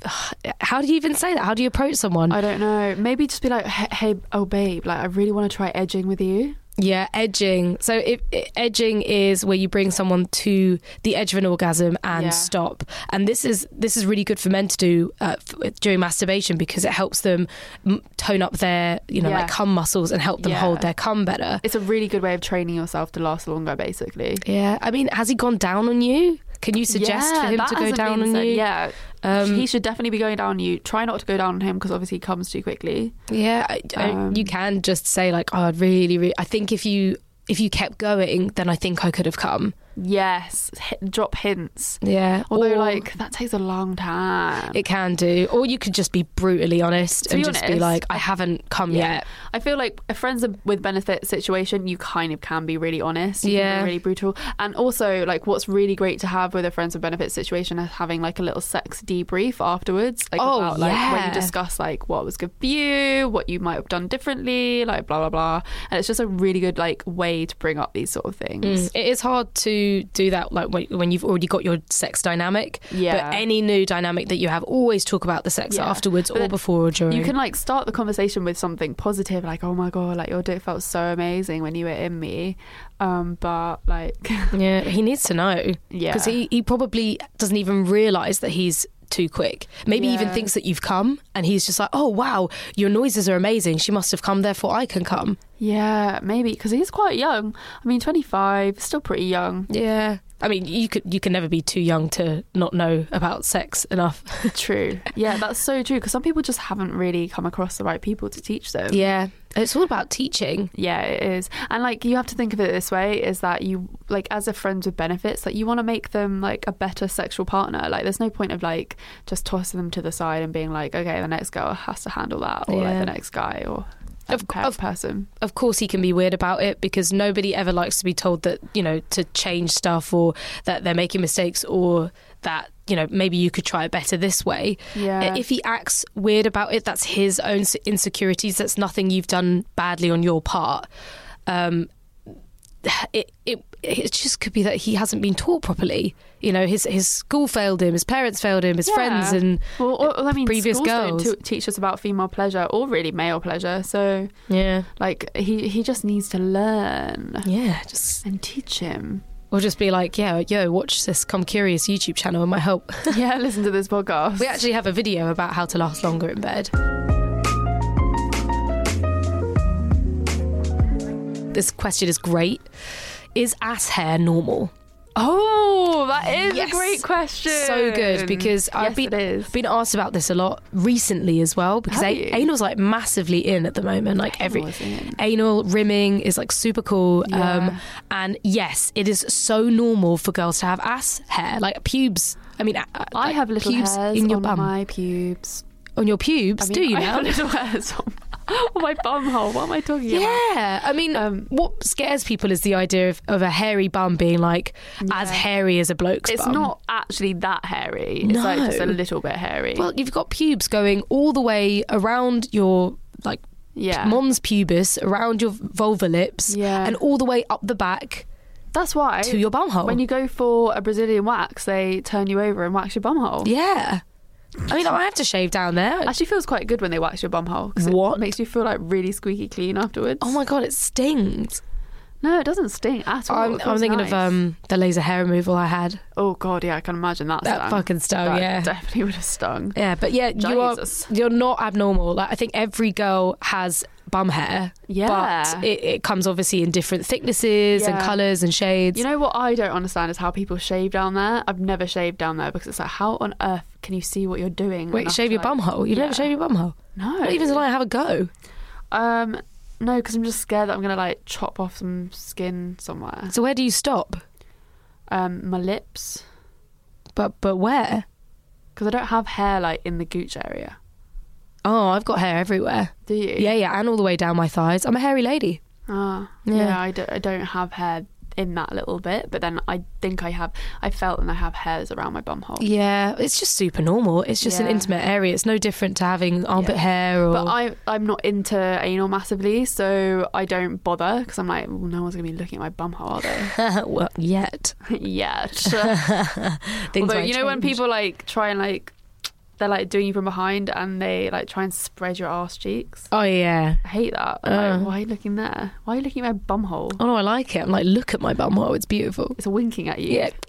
Speaker 1: [SIGHS] How do you even say that? How do you approach someone?
Speaker 5: I don't know. Maybe just be like, hey, hey, oh babe, like I really want to try edging with you.
Speaker 1: Yeah, edging. So if edging is where you bring someone to the edge of an orgasm and
Speaker 5: Yeah.
Speaker 1: stop, and this is this is really good for men to do uh, f- during masturbation because it helps them m- tone up their you know
Speaker 5: Yeah.
Speaker 1: like cum muscles and help them
Speaker 5: Yeah.
Speaker 1: hold their cum better.
Speaker 5: It's a really good way of training yourself to last longer, basically.
Speaker 1: Yeah, I mean, has he gone down on you? Can you suggest
Speaker 5: Yeah,
Speaker 1: for him
Speaker 5: that
Speaker 1: to go
Speaker 5: hasn't
Speaker 1: down
Speaker 5: been
Speaker 1: on
Speaker 5: said.
Speaker 1: you?
Speaker 5: Yeah,
Speaker 1: Um,
Speaker 5: he should definitely be going down on you. Try not to go down on him because obviously he comes too quickly.
Speaker 1: Yeah, I, I,
Speaker 5: Um,
Speaker 1: you can just say like, "Oh, I'd really, really." I think if you if you kept going, then I think I could have come.
Speaker 5: Yes, H- drop hints.
Speaker 1: Yeah,
Speaker 5: Although,
Speaker 1: or-
Speaker 5: like, that takes a long time.
Speaker 1: It can do. Or you could just be brutally honest
Speaker 5: To
Speaker 1: and
Speaker 5: be
Speaker 1: just be
Speaker 5: honest,
Speaker 1: like, I haven't come yet.
Speaker 5: I feel like a friends with benefit situation, you kind of can be really honest. You can be
Speaker 1: Yeah.
Speaker 5: really brutal. And also, like, what's really great to have with a friends with benefit situation is having like a little sex debrief afterwards. Like,
Speaker 1: Oh,
Speaker 5: about, like, where
Speaker 1: yeah.
Speaker 5: you discuss like what was good for you, what you might have done differently, like, blah, blah, blah. And it's just a really good, like, way to bring up these sort of things.
Speaker 1: It is hard to do that like when, when you've already got your sex dynamic.
Speaker 5: Yeah.
Speaker 1: But any new dynamic that you have, always talk about the sex
Speaker 5: Yeah.
Speaker 1: afterwards
Speaker 5: But
Speaker 1: or
Speaker 5: then
Speaker 1: before or during.
Speaker 5: You can like start the conversation with something positive, like "Oh my god, like your dick felt so amazing when you were in me," um, but like [LAUGHS]
Speaker 1: yeah, he needs to know.
Speaker 5: Yeah.
Speaker 1: Because he, he probably doesn't even realise that he's too quick. Maybe even
Speaker 5: Yeah.
Speaker 1: thinks that you've come and he's just like, oh, wow, your noises are amazing. She must have come, therefore I can come.
Speaker 5: Yeah, maybe because he's quite young. I mean, twenty-five, still
Speaker 1: [LAUGHS]
Speaker 5: pretty young.
Speaker 1: Yeah. I mean, you could you can never be too young to not know about sex enough.
Speaker 5: True. Yeah, that's so true. Because some people just haven't really come across the right people to teach them.
Speaker 1: Yeah. It's all about teaching.
Speaker 5: Yeah, it is. And like you have to think of it this way is that you like as a friend with benefits, like you want to make them like a better sexual partner. Like there's no point of like just tossing them to the side and being like, okay, the next girl has to handle that or like
Speaker 1: Yeah.
Speaker 5: the next guy or
Speaker 1: Of-
Speaker 5: pe-
Speaker 1: of-
Speaker 5: person.
Speaker 1: of course he can be weird about it because nobody ever likes to be told that you know to change stuff or that they're making mistakes or that you know maybe you could try it better this way
Speaker 5: Yeah.
Speaker 1: if he acts weird about it that's his own s- insecurities that's nothing you've done badly on your part um it, it it just could be that he hasn't been taught properly you know his his school failed him his parents failed him his
Speaker 5: Yeah.
Speaker 1: friends and
Speaker 5: Well, or, I mean,
Speaker 1: previous
Speaker 5: schools don't
Speaker 1: girls.
Speaker 5: t- teach us about female pleasure or really male pleasure. So,
Speaker 1: yeah
Speaker 5: like, he he just needs to learn
Speaker 1: yeah just
Speaker 5: and teach [LAUGHS] him.
Speaker 1: or just be like yeah yo watch this come curious youtube channel it might help [LAUGHS]
Speaker 5: yeah, listen to this podcast.
Speaker 1: We actually have a video about how to last longer in bed. This question is great. Is ass hair normal?
Speaker 5: oh, that is
Speaker 1: Yes.
Speaker 5: a great question.
Speaker 1: So good because I've
Speaker 5: yes, it
Speaker 1: been,
Speaker 5: is.
Speaker 1: been asked about this a lot recently as well because
Speaker 5: Have
Speaker 1: a-
Speaker 5: you?
Speaker 1: anal's like massively in at the moment. Like every
Speaker 5: Anal's in.
Speaker 1: anal rimming is like super cool. Um,
Speaker 5: Yeah.
Speaker 1: and yes, it is so normal for girls to have ass hair, like pubes. I mean, a- a-
Speaker 5: I
Speaker 1: like
Speaker 5: have little
Speaker 1: pubes
Speaker 5: hairs
Speaker 1: in your
Speaker 5: on
Speaker 1: bum.
Speaker 5: my pubes.
Speaker 1: on your pubes,
Speaker 5: I mean,
Speaker 1: do you
Speaker 5: I
Speaker 1: now?
Speaker 5: have [LAUGHS] little hairs on, on my bum hole. What am I talking about?
Speaker 1: Yeah, I mean,
Speaker 5: Um,
Speaker 1: what scares people is the idea of, of a hairy bum being like as hairy as a bloke's
Speaker 5: It's
Speaker 1: bum.
Speaker 5: not actually that hairy. It's like just a
Speaker 1: No.
Speaker 5: little bit hairy.
Speaker 1: Well, you've got pubes going all the way around your like
Speaker 5: yeah.
Speaker 1: mom's pubis, around your vulva lips,
Speaker 5: Yeah.
Speaker 1: and all the way up the back
Speaker 5: That's why
Speaker 1: to your bum hole.
Speaker 5: When you go for a Brazilian wax, they turn you over and wax your bum hole.
Speaker 1: yeah, I mean, I have to shave down there.
Speaker 5: Actually feels quite good when they wax your bum hole because
Speaker 1: What?
Speaker 5: it makes you feel like really squeaky clean afterwards.
Speaker 1: oh my god, it stings.
Speaker 5: No, it doesn't sting at all.
Speaker 1: I'm,
Speaker 5: Oh, It
Speaker 1: I'm
Speaker 5: feels
Speaker 1: thinking
Speaker 5: nice.
Speaker 1: of um the laser hair removal I had.
Speaker 5: Oh god, yeah, I can imagine that.
Speaker 1: That
Speaker 5: stung.
Speaker 1: fucking stung,
Speaker 5: That
Speaker 1: yeah.
Speaker 5: definitely would have stung.
Speaker 1: Yeah, but yeah, you are
Speaker 5: Jesus.
Speaker 1: you're not abnormal. Like I think every girl has bum hair.
Speaker 5: Yeah.
Speaker 1: But it, it comes obviously in different thicknesses and
Speaker 5: Yeah.
Speaker 1: colours and shades.
Speaker 5: You know what I don't understand is how people shave down there. I've never shaved down there because it's like, how on earth can you see what you're doing?
Speaker 1: Wait,
Speaker 5: enough
Speaker 1: shave
Speaker 5: to,
Speaker 1: your
Speaker 5: like-
Speaker 1: bum hole. You
Speaker 5: Yeah.
Speaker 1: never shave your bum hole.
Speaker 5: No,
Speaker 1: Not even till I have a go.
Speaker 5: Um, no, because I'm just scared that I'm gonna like chop off some skin somewhere.
Speaker 1: So where do you stop?
Speaker 5: Um, my lips.
Speaker 1: But but where?
Speaker 5: Because I don't have hair like in the gooch area.
Speaker 1: Oh, I've got hair everywhere.
Speaker 5: Do you?
Speaker 1: Yeah, yeah, and all the way down my thighs. I'm a hairy lady.
Speaker 5: Ah,
Speaker 1: Yeah.
Speaker 5: yeah. I, don't, I don't have hair in that little bit, but then I think I have. I felt and I have hairs around my bum hole.
Speaker 1: Yeah, it's just super normal. It's just an
Speaker 5: Yeah.
Speaker 1: intimate area. It's no different to having armpit hair or.
Speaker 5: But I, I'm not into anal massively, so I don't bother because I'm like, well, no one's gonna be looking at my bum hole, are
Speaker 1: [LAUGHS]
Speaker 5: they? [LAUGHS]
Speaker 1: well, yet [LAUGHS]
Speaker 5: Yet.
Speaker 1: things
Speaker 5: Although
Speaker 1: might
Speaker 5: you know when
Speaker 1: change.
Speaker 5: people like try and like, they're like doing you from behind and they like try and spread your ass cheeks.
Speaker 1: Oh yeah.
Speaker 5: I hate that. I'm
Speaker 1: Uh.
Speaker 5: like, why are you looking there? Why are you looking at my bum hole?
Speaker 1: Oh no, I like it. I'm like, look at my bum hole. It's beautiful.
Speaker 5: It's winking at you.
Speaker 1: [LAUGHS]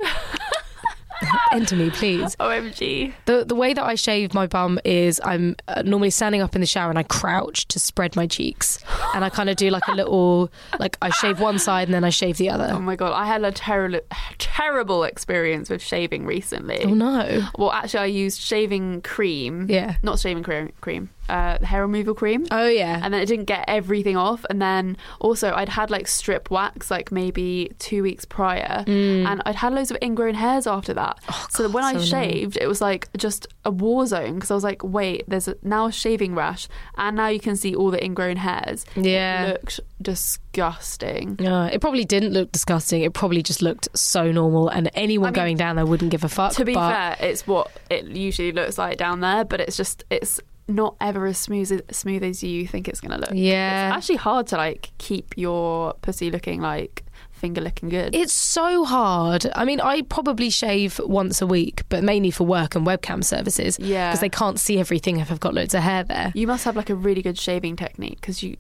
Speaker 1: Yeah. Enter me, please.
Speaker 5: Omg.
Speaker 1: The the way that I shave my bum is I'm uh, normally standing up in the shower and I crouch to spread my cheeks, and I kind of do like a little like I shave one side and then I shave the
Speaker 5: Oh
Speaker 1: other.
Speaker 5: my god, I had a terrible, terrible experience with shaving recently.
Speaker 1: Oh no.
Speaker 5: Well, actually, I used shaving cream.
Speaker 1: Yeah.
Speaker 5: Not shaving cream, cream. Uh, hair removal cream.
Speaker 1: Oh yeah.
Speaker 5: And then it didn't get everything off. And then also, I'd had like strip wax like maybe two weeks prior, and I'd had loads of ingrown hairs after that. so that when I
Speaker 1: Mm. Oh, so annoying.
Speaker 5: shaved, it was like just a war zone because I was like, wait, there's a, now a shaving rash, and now you can see all the ingrown hairs.
Speaker 1: Yeah.
Speaker 5: it looked disgusting.
Speaker 1: Uh, it probably didn't look disgusting. It probably just looked so normal, and anyone
Speaker 5: I mean,
Speaker 1: going down there wouldn't give a fuck.
Speaker 5: to be
Speaker 1: but
Speaker 5: fair, it's what it usually looks like down there, but it's just it's not ever as smooth as smooth as you think it's gonna look.
Speaker 1: Yeah.
Speaker 5: it's actually hard to like keep your pussy looking like finger looking good.
Speaker 1: It's so hard. I mean, I probably shave once a week, but mainly for work and webcam services.
Speaker 5: Yeah.
Speaker 1: Because they can't see everything if I've got loads of hair there.
Speaker 5: you must have like a really good shaving technique because you.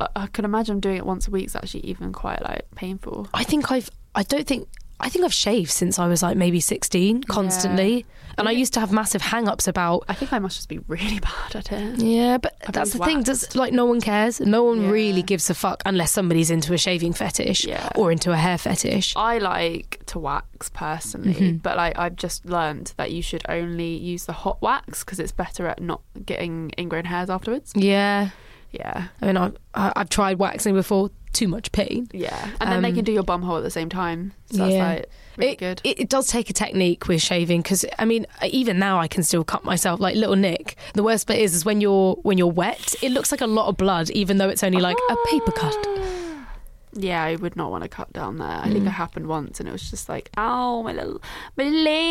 Speaker 5: I, I can imagine doing it once a week's actually even quite like painful.
Speaker 1: I think I've, I don't think, I think I've shaved since I was like maybe 16 constantly. And I used to have massive hang ups about.
Speaker 5: I think I must just be [LAUGHS] really bad at it.
Speaker 1: Yeah, but
Speaker 5: I've
Speaker 1: that's the
Speaker 5: been
Speaker 1: thing. Does, like, no one cares. No one
Speaker 5: Yeah.
Speaker 1: really gives a fuck unless somebody's into a shaving fetish
Speaker 5: Yeah.
Speaker 1: or into a hair fetish.
Speaker 5: I like to wax personally,
Speaker 1: Mm-hmm.
Speaker 5: but like I've just learned that you should only use the hot wax because it's better at not getting ingrown hairs afterwards.
Speaker 1: Yeah.
Speaker 5: Yeah.
Speaker 1: I mean, I've, I- I've tried waxing before. too much pain.
Speaker 5: Yeah. And then they can do your bum hole at the same time. So that's like really
Speaker 1: Um, it,
Speaker 5: good.
Speaker 1: It, it does take a technique with shaving because I mean, even now I can still cut myself like little Nick. The worst bit is is when you're when you're wet, it looks like a lot of blood, even though it's only like a paper
Speaker 5: Ah.
Speaker 1: cut.
Speaker 5: [GASPS]
Speaker 1: Mm.
Speaker 5: yeah, I would not want to cut down there. I think it happened once and it was just like, ow, my little my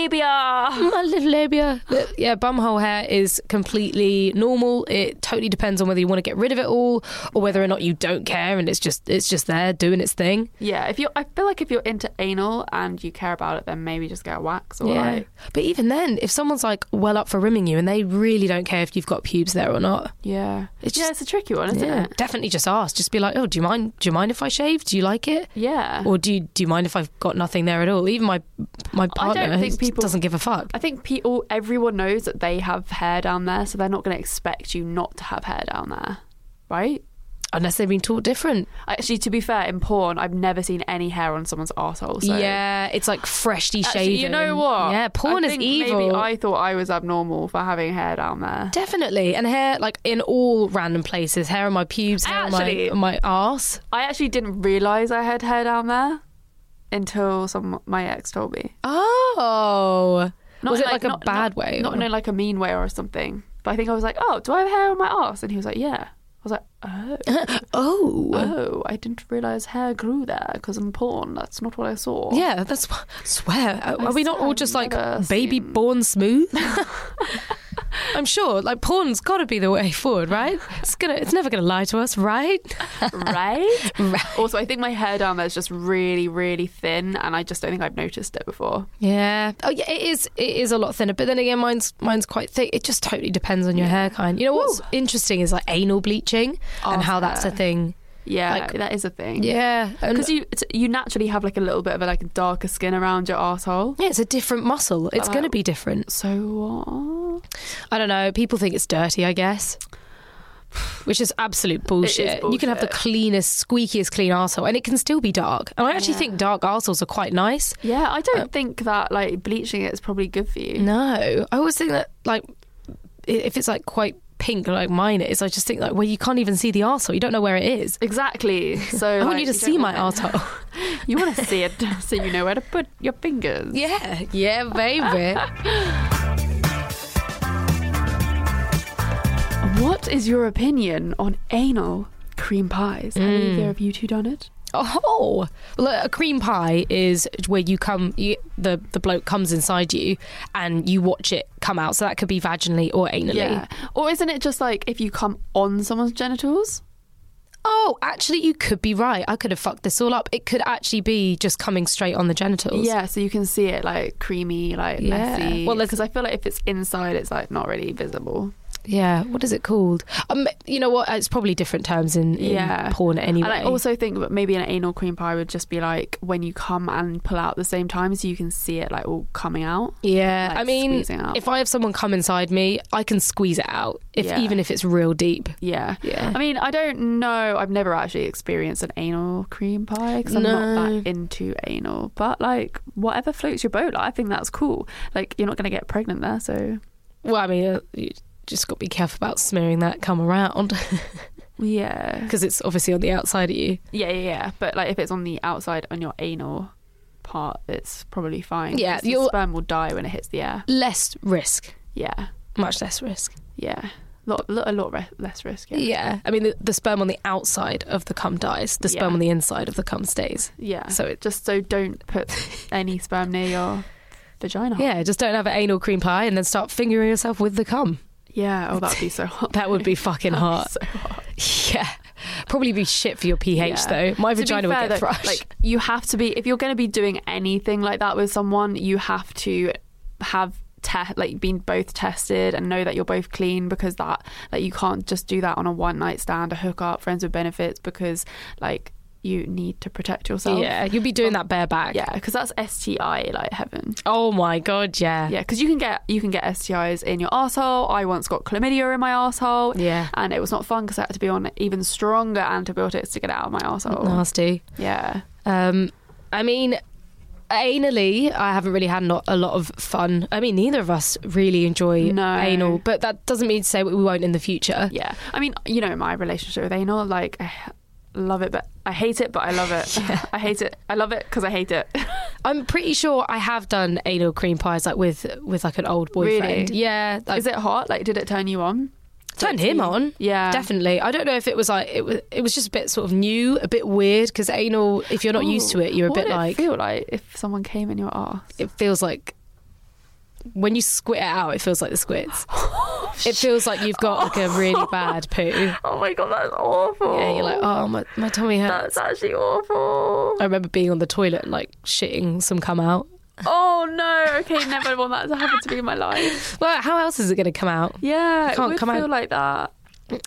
Speaker 5: labia.
Speaker 1: My little labia. But, Yeah, bumhole hair is completely normal. It totally depends on whether you want to get rid of it all or whether or not you don't care and it's just it's just there doing its thing.
Speaker 5: Yeah, if you I feel like if you're into anal and you care about it, then maybe just get a wax or like
Speaker 1: But even then, if someone's like well up for rimming you and they really don't care if you've got pubes there or not,
Speaker 5: Yeah.
Speaker 1: It's
Speaker 5: yeah,
Speaker 1: just-
Speaker 5: it's a tricky one, isn't
Speaker 1: yeah,
Speaker 5: it?
Speaker 1: definitely just ask. Just be like, oh, do you mind? Do you mind if I shave? Do you like it?
Speaker 5: Yeah.
Speaker 1: Or do you do you mind if I've got nothing there at all? Even my my partner
Speaker 5: think
Speaker 1: who's-
Speaker 5: people-
Speaker 1: doesn't give a fuck.
Speaker 5: I think people, everyone knows that they have hair down there, so they're not going to expect you not to have hair down there, right?
Speaker 1: Unless they've been taught different.
Speaker 5: Actually, to be fair, in porn, I've never seen any hair on someone's arsehole. So.
Speaker 1: yeah, it's like freshly
Speaker 5: Actually,
Speaker 1: shaven.
Speaker 5: you know what?
Speaker 1: Yeah, porn
Speaker 5: I
Speaker 1: is
Speaker 5: think
Speaker 1: evil.
Speaker 5: Maybe I thought I was abnormal for having hair down there.
Speaker 1: Definitely. And hair like in all random places. Hair on my pubes, hair
Speaker 5: Actually-
Speaker 1: on my my arse.
Speaker 5: I actually didn't realise I had hair down there until some my ex told me.
Speaker 1: Oh.
Speaker 5: Not
Speaker 1: was
Speaker 5: in,
Speaker 1: it like, a
Speaker 5: not-
Speaker 1: bad
Speaker 5: not-
Speaker 1: way?
Speaker 5: Not
Speaker 1: or-
Speaker 5: in a, like a mean way or something. But I think I was like, oh, do I have hair on my arse? And he was like, yeah. I was like, oh.
Speaker 1: oh.
Speaker 5: oh, I didn't realize hair grew there because I'm porn. That's not what I saw.
Speaker 1: Yeah, that's wh- swear. Are, are we not all just like
Speaker 5: never
Speaker 1: baby
Speaker 5: seen-
Speaker 1: born [LAUGHS] smooth? I'm sure. Like porn's got to be the way forward, right? It's gonna. It's never gonna lie to us, right?
Speaker 5: right.
Speaker 1: [LAUGHS] Right.
Speaker 5: Also, I think my hair down there is just really, really thin, and I just don't think I've noticed it before.
Speaker 1: [LAUGHS] Yeah. Oh yeah. It is. It is a lot thinner. But then again, mine's mine's quite thick. It just totally depends on your hair kind. You know what's interesting is like anal bleaching and how that's a thing.
Speaker 5: Yeah,
Speaker 1: Like-
Speaker 5: that is a thing.
Speaker 1: Yeah. And
Speaker 5: because you it's- you naturally have like a little bit of a like darker skin around your asshole.
Speaker 1: yeah, it's a different muscle. It's going to be different.
Speaker 5: So what?
Speaker 1: I don't know. People think it's dirty, I guess. Which is absolute bullshit. You can have the
Speaker 5: bullshit.
Speaker 1: cleanest, squeakiest clean arsehole and it can still be dark. And I actually think dark arseholes are quite nice.
Speaker 5: Yeah, I don't think that like bleaching it is probably good for you.
Speaker 1: No. I always think that, like, i- if it's like quite pink, like mine is, I just think, like, well, you can't even see the arsehole. You don't know where it is.
Speaker 5: [LAUGHS] Exactly. So
Speaker 1: I
Speaker 5: like,
Speaker 1: want you to
Speaker 5: don't
Speaker 1: see my
Speaker 5: want it.
Speaker 1: arsehole.
Speaker 5: You want to see it [LAUGHS] so you know where to put your
Speaker 1: [LAUGHS]
Speaker 5: fingers.
Speaker 1: yeah. Yeah, baby.
Speaker 5: What is your opinion on anal cream pies? Have either of you two done it?
Speaker 1: Oh, well, a cream pie is where you come, you, the the bloke comes inside you, and you watch it come out. So that could be vaginally or anally.
Speaker 5: Or isn't it just like if you come on someone's genitals?
Speaker 1: Oh, actually, you could be right. I could have fucked this all up. It could actually be just coming straight on the genitals.
Speaker 5: Yeah, so you can see it like creamy, like
Speaker 1: Yeah.
Speaker 5: messy.
Speaker 1: Well,
Speaker 5: Well,
Speaker 1: there's-
Speaker 5: because I feel like if it's inside, it's like not really visible.
Speaker 1: Yeah. What is it called? Um, you know what? It's probably different terms in, in
Speaker 5: Yeah.
Speaker 1: porn anyway.
Speaker 5: And I also think that maybe an anal cream pie would just be like when you come and pull out at the same time, so you can see it like all coming out.
Speaker 1: yeah.
Speaker 5: like,
Speaker 1: I mean,
Speaker 5: squeezing out.
Speaker 1: if I have someone come inside me, I can squeeze it out, if
Speaker 5: Yeah.
Speaker 1: even if it's real deep.
Speaker 5: Yeah.
Speaker 1: Yeah.
Speaker 5: I mean, I don't know. I've never actually experienced an anal cream pie because I'm
Speaker 1: No.
Speaker 5: not that into anal. But like, whatever floats your boat, like, I think that's cool. Like, you're not going to get pregnant there, so
Speaker 1: Well, I mean, uh, you just got to be careful about smearing that come around. [LAUGHS]
Speaker 5: yeah,
Speaker 1: because it's obviously on the outside of you.
Speaker 5: yeah, yeah, yeah. But like, if it's on the outside on your anal part, it's probably fine.
Speaker 1: Yeah,
Speaker 5: 'cause the
Speaker 1: you'll-
Speaker 5: sperm will die when it hits the air.
Speaker 1: Less risk,
Speaker 5: Yeah,
Speaker 1: much less risk.
Speaker 5: yeah. Lot, lot, a lot re- less risk. Yeah.
Speaker 1: I mean, the, the sperm on the outside of the cum dies, the sperm
Speaker 5: Yeah.
Speaker 1: on the inside of the cum stays.
Speaker 5: Yeah.
Speaker 1: So it-
Speaker 5: just so don't
Speaker 1: [LAUGHS]
Speaker 5: put any sperm near your vagina.
Speaker 1: Yeah, just don't have an anal cream pie and then start fingering yourself with the cum.
Speaker 5: Yeah.
Speaker 1: [LAUGHS]
Speaker 5: Oh, that'd be so hot.
Speaker 1: That would be
Speaker 5: [LAUGHS]
Speaker 1: fucking hot.
Speaker 5: so hot.
Speaker 1: [LAUGHS] yeah. Probably be shit for your pH,
Speaker 5: Yeah.
Speaker 1: though. My
Speaker 5: To be
Speaker 1: vagina would
Speaker 5: fair,
Speaker 1: get
Speaker 5: though,
Speaker 1: thrashed.
Speaker 5: Like you have to be if you're going to be doing anything like that with someone, you have to have te- like been both tested and know that you're both clean because that like you can't just do that on a one night stand, a hookup, friends with benefits because like you need to protect yourself.
Speaker 1: [LAUGHS] yeah, you'll be doing that bareback.
Speaker 5: Oh. Yeah, because that's STI like heaven.
Speaker 1: Oh my god, yeah.
Speaker 5: Yeah, because you can get you can get STIs in your asshole. I once got chlamydia in my asshole.
Speaker 1: Yeah.
Speaker 5: and it was not fun because I had to be on even stronger antibiotics to get it out of my asshole.
Speaker 1: Nasty.
Speaker 5: Yeah,
Speaker 1: Um, I mean, anally, I haven't really had not a lot of fun. I mean, neither of us really enjoy
Speaker 5: No.
Speaker 1: anal, but that doesn't mean to say we won't in the future.
Speaker 5: Yeah. I mean, you know, my relationship with anal, like, I- love it, but I hate it, but I
Speaker 1: [LAUGHS]
Speaker 5: love it. I hate it. I love it because I hate it. [LAUGHS]
Speaker 1: I'm pretty sure I have done anal cream pies like with with like an old boyfriend.
Speaker 5: Really?
Speaker 1: Yeah, like,
Speaker 5: Is it hot? Like, did it turn you on?
Speaker 1: turned him on?
Speaker 5: Yeah.
Speaker 1: definitely. I don't know if it was like it was it was just a bit sort of new, a bit weird because anal. If you're not used to it, you're a
Speaker 5: Oh, What
Speaker 1: bit
Speaker 5: would
Speaker 1: like
Speaker 5: It feel like if someone came in your ass.
Speaker 1: it feels like when you squit it out, it feels like the
Speaker 5: [LAUGHS]
Speaker 1: squirts.
Speaker 5: Oh,
Speaker 1: it feels like you've got like a really bad poo. Yeah,
Speaker 3: Oh my god, that's awful.
Speaker 1: you're like, oh my, my tummy hurts.
Speaker 3: that's actually awful.
Speaker 1: I remember being on the toilet and, like shitting some come out.
Speaker 5: Oh no! Okay, never want that to happen to me in my life.
Speaker 1: Well, how else is it going to come out?
Speaker 5: Yeah, it
Speaker 1: Can't
Speaker 5: would
Speaker 1: come
Speaker 5: feel
Speaker 1: out.
Speaker 5: like that.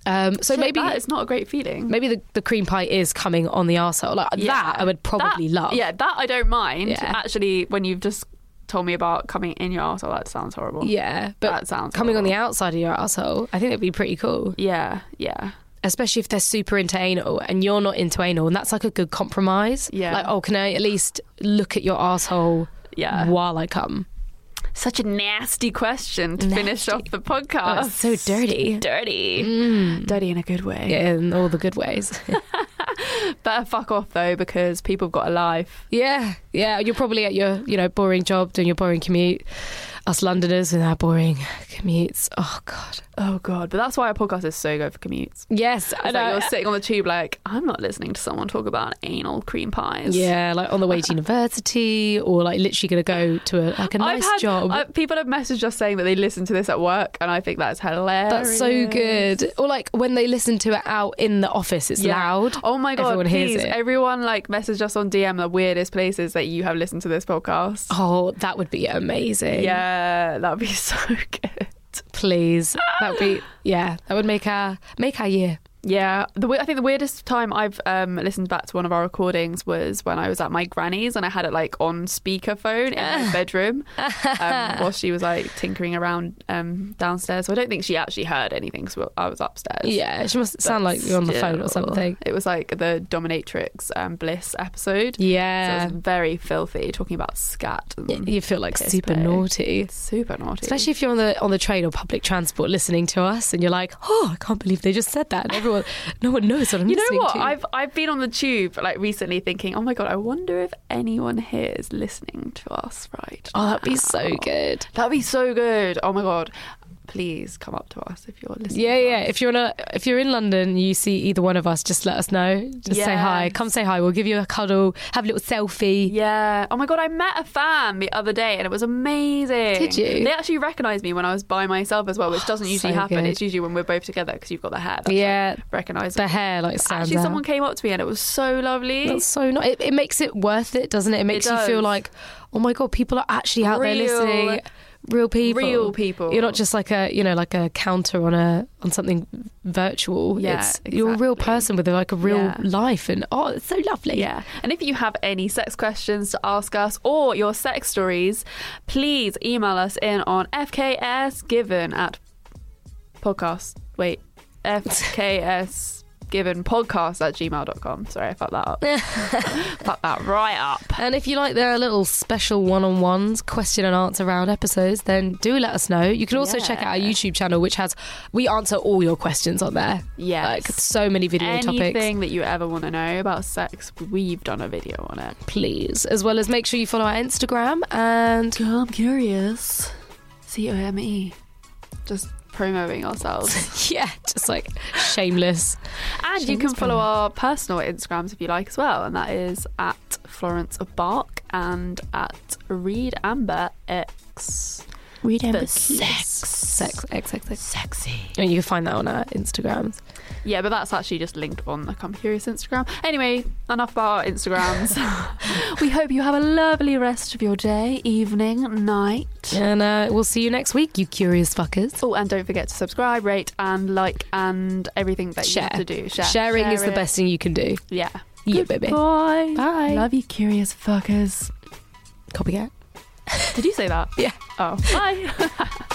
Speaker 1: Um, so
Speaker 5: Shit,
Speaker 1: maybe
Speaker 5: that is not a great feeling.
Speaker 1: maybe the, the cream pie is coming on the arsehole. Like that, I would probably
Speaker 5: That-
Speaker 1: love.
Speaker 5: Yeah, that I don't mind.
Speaker 1: Yeah.
Speaker 5: Actually, when you've just told me about coming in your arsehole, that sounds horrible.
Speaker 1: yeah. But
Speaker 5: That sounds
Speaker 1: coming on the outside of your asshole, I think that'd be pretty cool.
Speaker 5: Yeah, yeah.
Speaker 1: especially if they're super into anal and you're not into anal, and that's like a good compromise.
Speaker 5: Yeah.
Speaker 1: Like, oh, can I at least look at your asshole?
Speaker 5: Yeah.
Speaker 1: While I come,
Speaker 5: Such a nasty question to finish off the podcast.
Speaker 1: oh, it's so dirty. Mm.
Speaker 5: dirty. Dirty in a good way.
Speaker 1: Yeah, in all the good ways.
Speaker 5: Better fuck off though, because people have got a life.
Speaker 1: yeah, yeah. You're probably at your, you know, boring job, doing your boring commute. Us Londoners with our boring commutes. Oh God.
Speaker 5: Oh god, but that's why our podcast is so good for commutes.
Speaker 1: Yes, I
Speaker 5: It's
Speaker 1: know.
Speaker 5: like you're sitting on the tube, like I'm not listening to someone talk about anal cream pies.
Speaker 1: yeah, like on the way to university, or like literally gonna go to a like a nice
Speaker 5: I've had,
Speaker 1: job.
Speaker 5: I- people have messaged us saying that they listen to this at work, and I think that's hilarious.
Speaker 1: That's so good. Or like when they listen to it out in the office, it's
Speaker 5: Yeah.
Speaker 1: loud.
Speaker 5: Oh my god!
Speaker 1: everyone
Speaker 5: please,
Speaker 1: hears it.
Speaker 5: everyone like message us on DM the weirdest places that you have listened to this podcast.
Speaker 1: Oh, that would be amazing.
Speaker 5: Yeah, that'd be [LAUGHS] so good.
Speaker 1: Please. That would be yeah, that would make our make our year.
Speaker 5: Yeah, the we- I think the weirdest time I've um, listened back to one of our recordings was when I was at my granny's and I had it like on speakerphone
Speaker 1: [LAUGHS]
Speaker 5: in my bedroom um, while she was like tinkering around um, downstairs. So I don't think she actually heard anything because I was upstairs.
Speaker 1: Yeah, she must sound like you're on the phone or
Speaker 5: Still.
Speaker 1: something.
Speaker 5: It was like the Dominatrix um, Bliss episode.
Speaker 1: [LAUGHS]
Speaker 5: So
Speaker 1: Yeah.
Speaker 5: it was very filthy, talking about scat. And
Speaker 1: you feel like
Speaker 5: piss
Speaker 1: super
Speaker 5: poo.
Speaker 1: naughty.
Speaker 5: Super naughty.
Speaker 1: Especially if you're on the on the train or public transport listening to us and you're like, Oh, I can't believe they just said that and everyone no one knows what I'm
Speaker 5: you know
Speaker 1: listening
Speaker 5: what?
Speaker 1: to.
Speaker 5: I've I've been on the tube like recently, thinking, oh my god, I wonder if anyone here is listening to us right.
Speaker 1: Oh, that'd be
Speaker 5: now."
Speaker 1: so good.
Speaker 5: That'd be so good. Oh my god, please come up to us if you're listening.
Speaker 1: Yeah,
Speaker 5: to
Speaker 1: yeah.
Speaker 5: us.
Speaker 1: If you're in a, if you're in London, you see either one of us, just let us know. Just say hi.
Speaker 5: Yes.
Speaker 1: Come say hi. We'll give you a cuddle, have a little selfie.
Speaker 5: Yeah. Oh my god, I met a fan the other day and it was amazing.
Speaker 1: Did you?
Speaker 5: They actually recognised me when I was by myself as well, [GASPS] which doesn't usually
Speaker 1: so
Speaker 5: happen.
Speaker 1: good.
Speaker 5: It's usually when we're both together because you've got the hair. That's
Speaker 1: Yeah,
Speaker 5: Recognised.
Speaker 1: the hair like stands
Speaker 5: Actually,
Speaker 1: out.
Speaker 5: someone came up to me and it was so lovely.
Speaker 1: That's so nice. It, it makes it worth it, doesn't it? It makes you feel
Speaker 5: does.
Speaker 1: like, oh my god, people are actually out there
Speaker 5: Real-
Speaker 1: listening. Real people.
Speaker 5: real people.
Speaker 1: You're not just like a you know like a counter on a on something virtual.
Speaker 5: Yeah,
Speaker 1: it's, You're a real
Speaker 5: exactly.
Speaker 1: person with like a real
Speaker 5: Yeah.
Speaker 1: life, and oh, it's so lovely.
Speaker 5: Yeah. And if you have any sex questions to ask us or your sex stories, please email us in on fksgiven at podcast. Wait, fksgiven podcast at gmail.com. Sorry, I fucked that [LAUGHS] up. fucked that right up.
Speaker 1: And if you like their little special one on ones, question and answer round episodes, then do let us know. You can also check out our YouTube channel, which has, we answer all your questions on there.
Speaker 5: Yes.
Speaker 1: Like so many video topics.
Speaker 5: Anything that you ever want to know about sex, we've done a video on it.
Speaker 1: Please. As well as make sure you follow our Instagram and
Speaker 5: I'm curious. C O M E. Just promoting
Speaker 1: [LAUGHS]
Speaker 5: ourselves.
Speaker 1: yeah, just like shameless.
Speaker 5: And you can follow our personal Instagrams if you like as well, and that is at Florence Bark and at Reed Amber X. Reed Amber Sex.
Speaker 1: Sex, X, X, X.
Speaker 5: Sexy.
Speaker 1: And you can find that on our Instagrams.
Speaker 5: Yeah, but that's actually just linked on the Come Curious Instagram. Anyway, enough about our
Speaker 1: [LAUGHS]
Speaker 5: Instagrams. we hope you have a lovely rest of your day, evening, night.
Speaker 1: And uh, we'll see you next week, you curious fuckers.
Speaker 5: Oh, and don't forget to subscribe, rate, and like, and everything that
Speaker 1: Share.
Speaker 5: you have to do. Share.
Speaker 1: Sharing
Speaker 5: Share
Speaker 1: is the
Speaker 5: it.
Speaker 1: best thing you can do.
Speaker 5: Yeah.
Speaker 1: Yeah, baby.
Speaker 5: Bye.
Speaker 1: Bye.
Speaker 5: Love you, curious fuckers.
Speaker 1: Copycat.
Speaker 5: Did you say that?
Speaker 1: Yeah.
Speaker 5: Oh. Bye.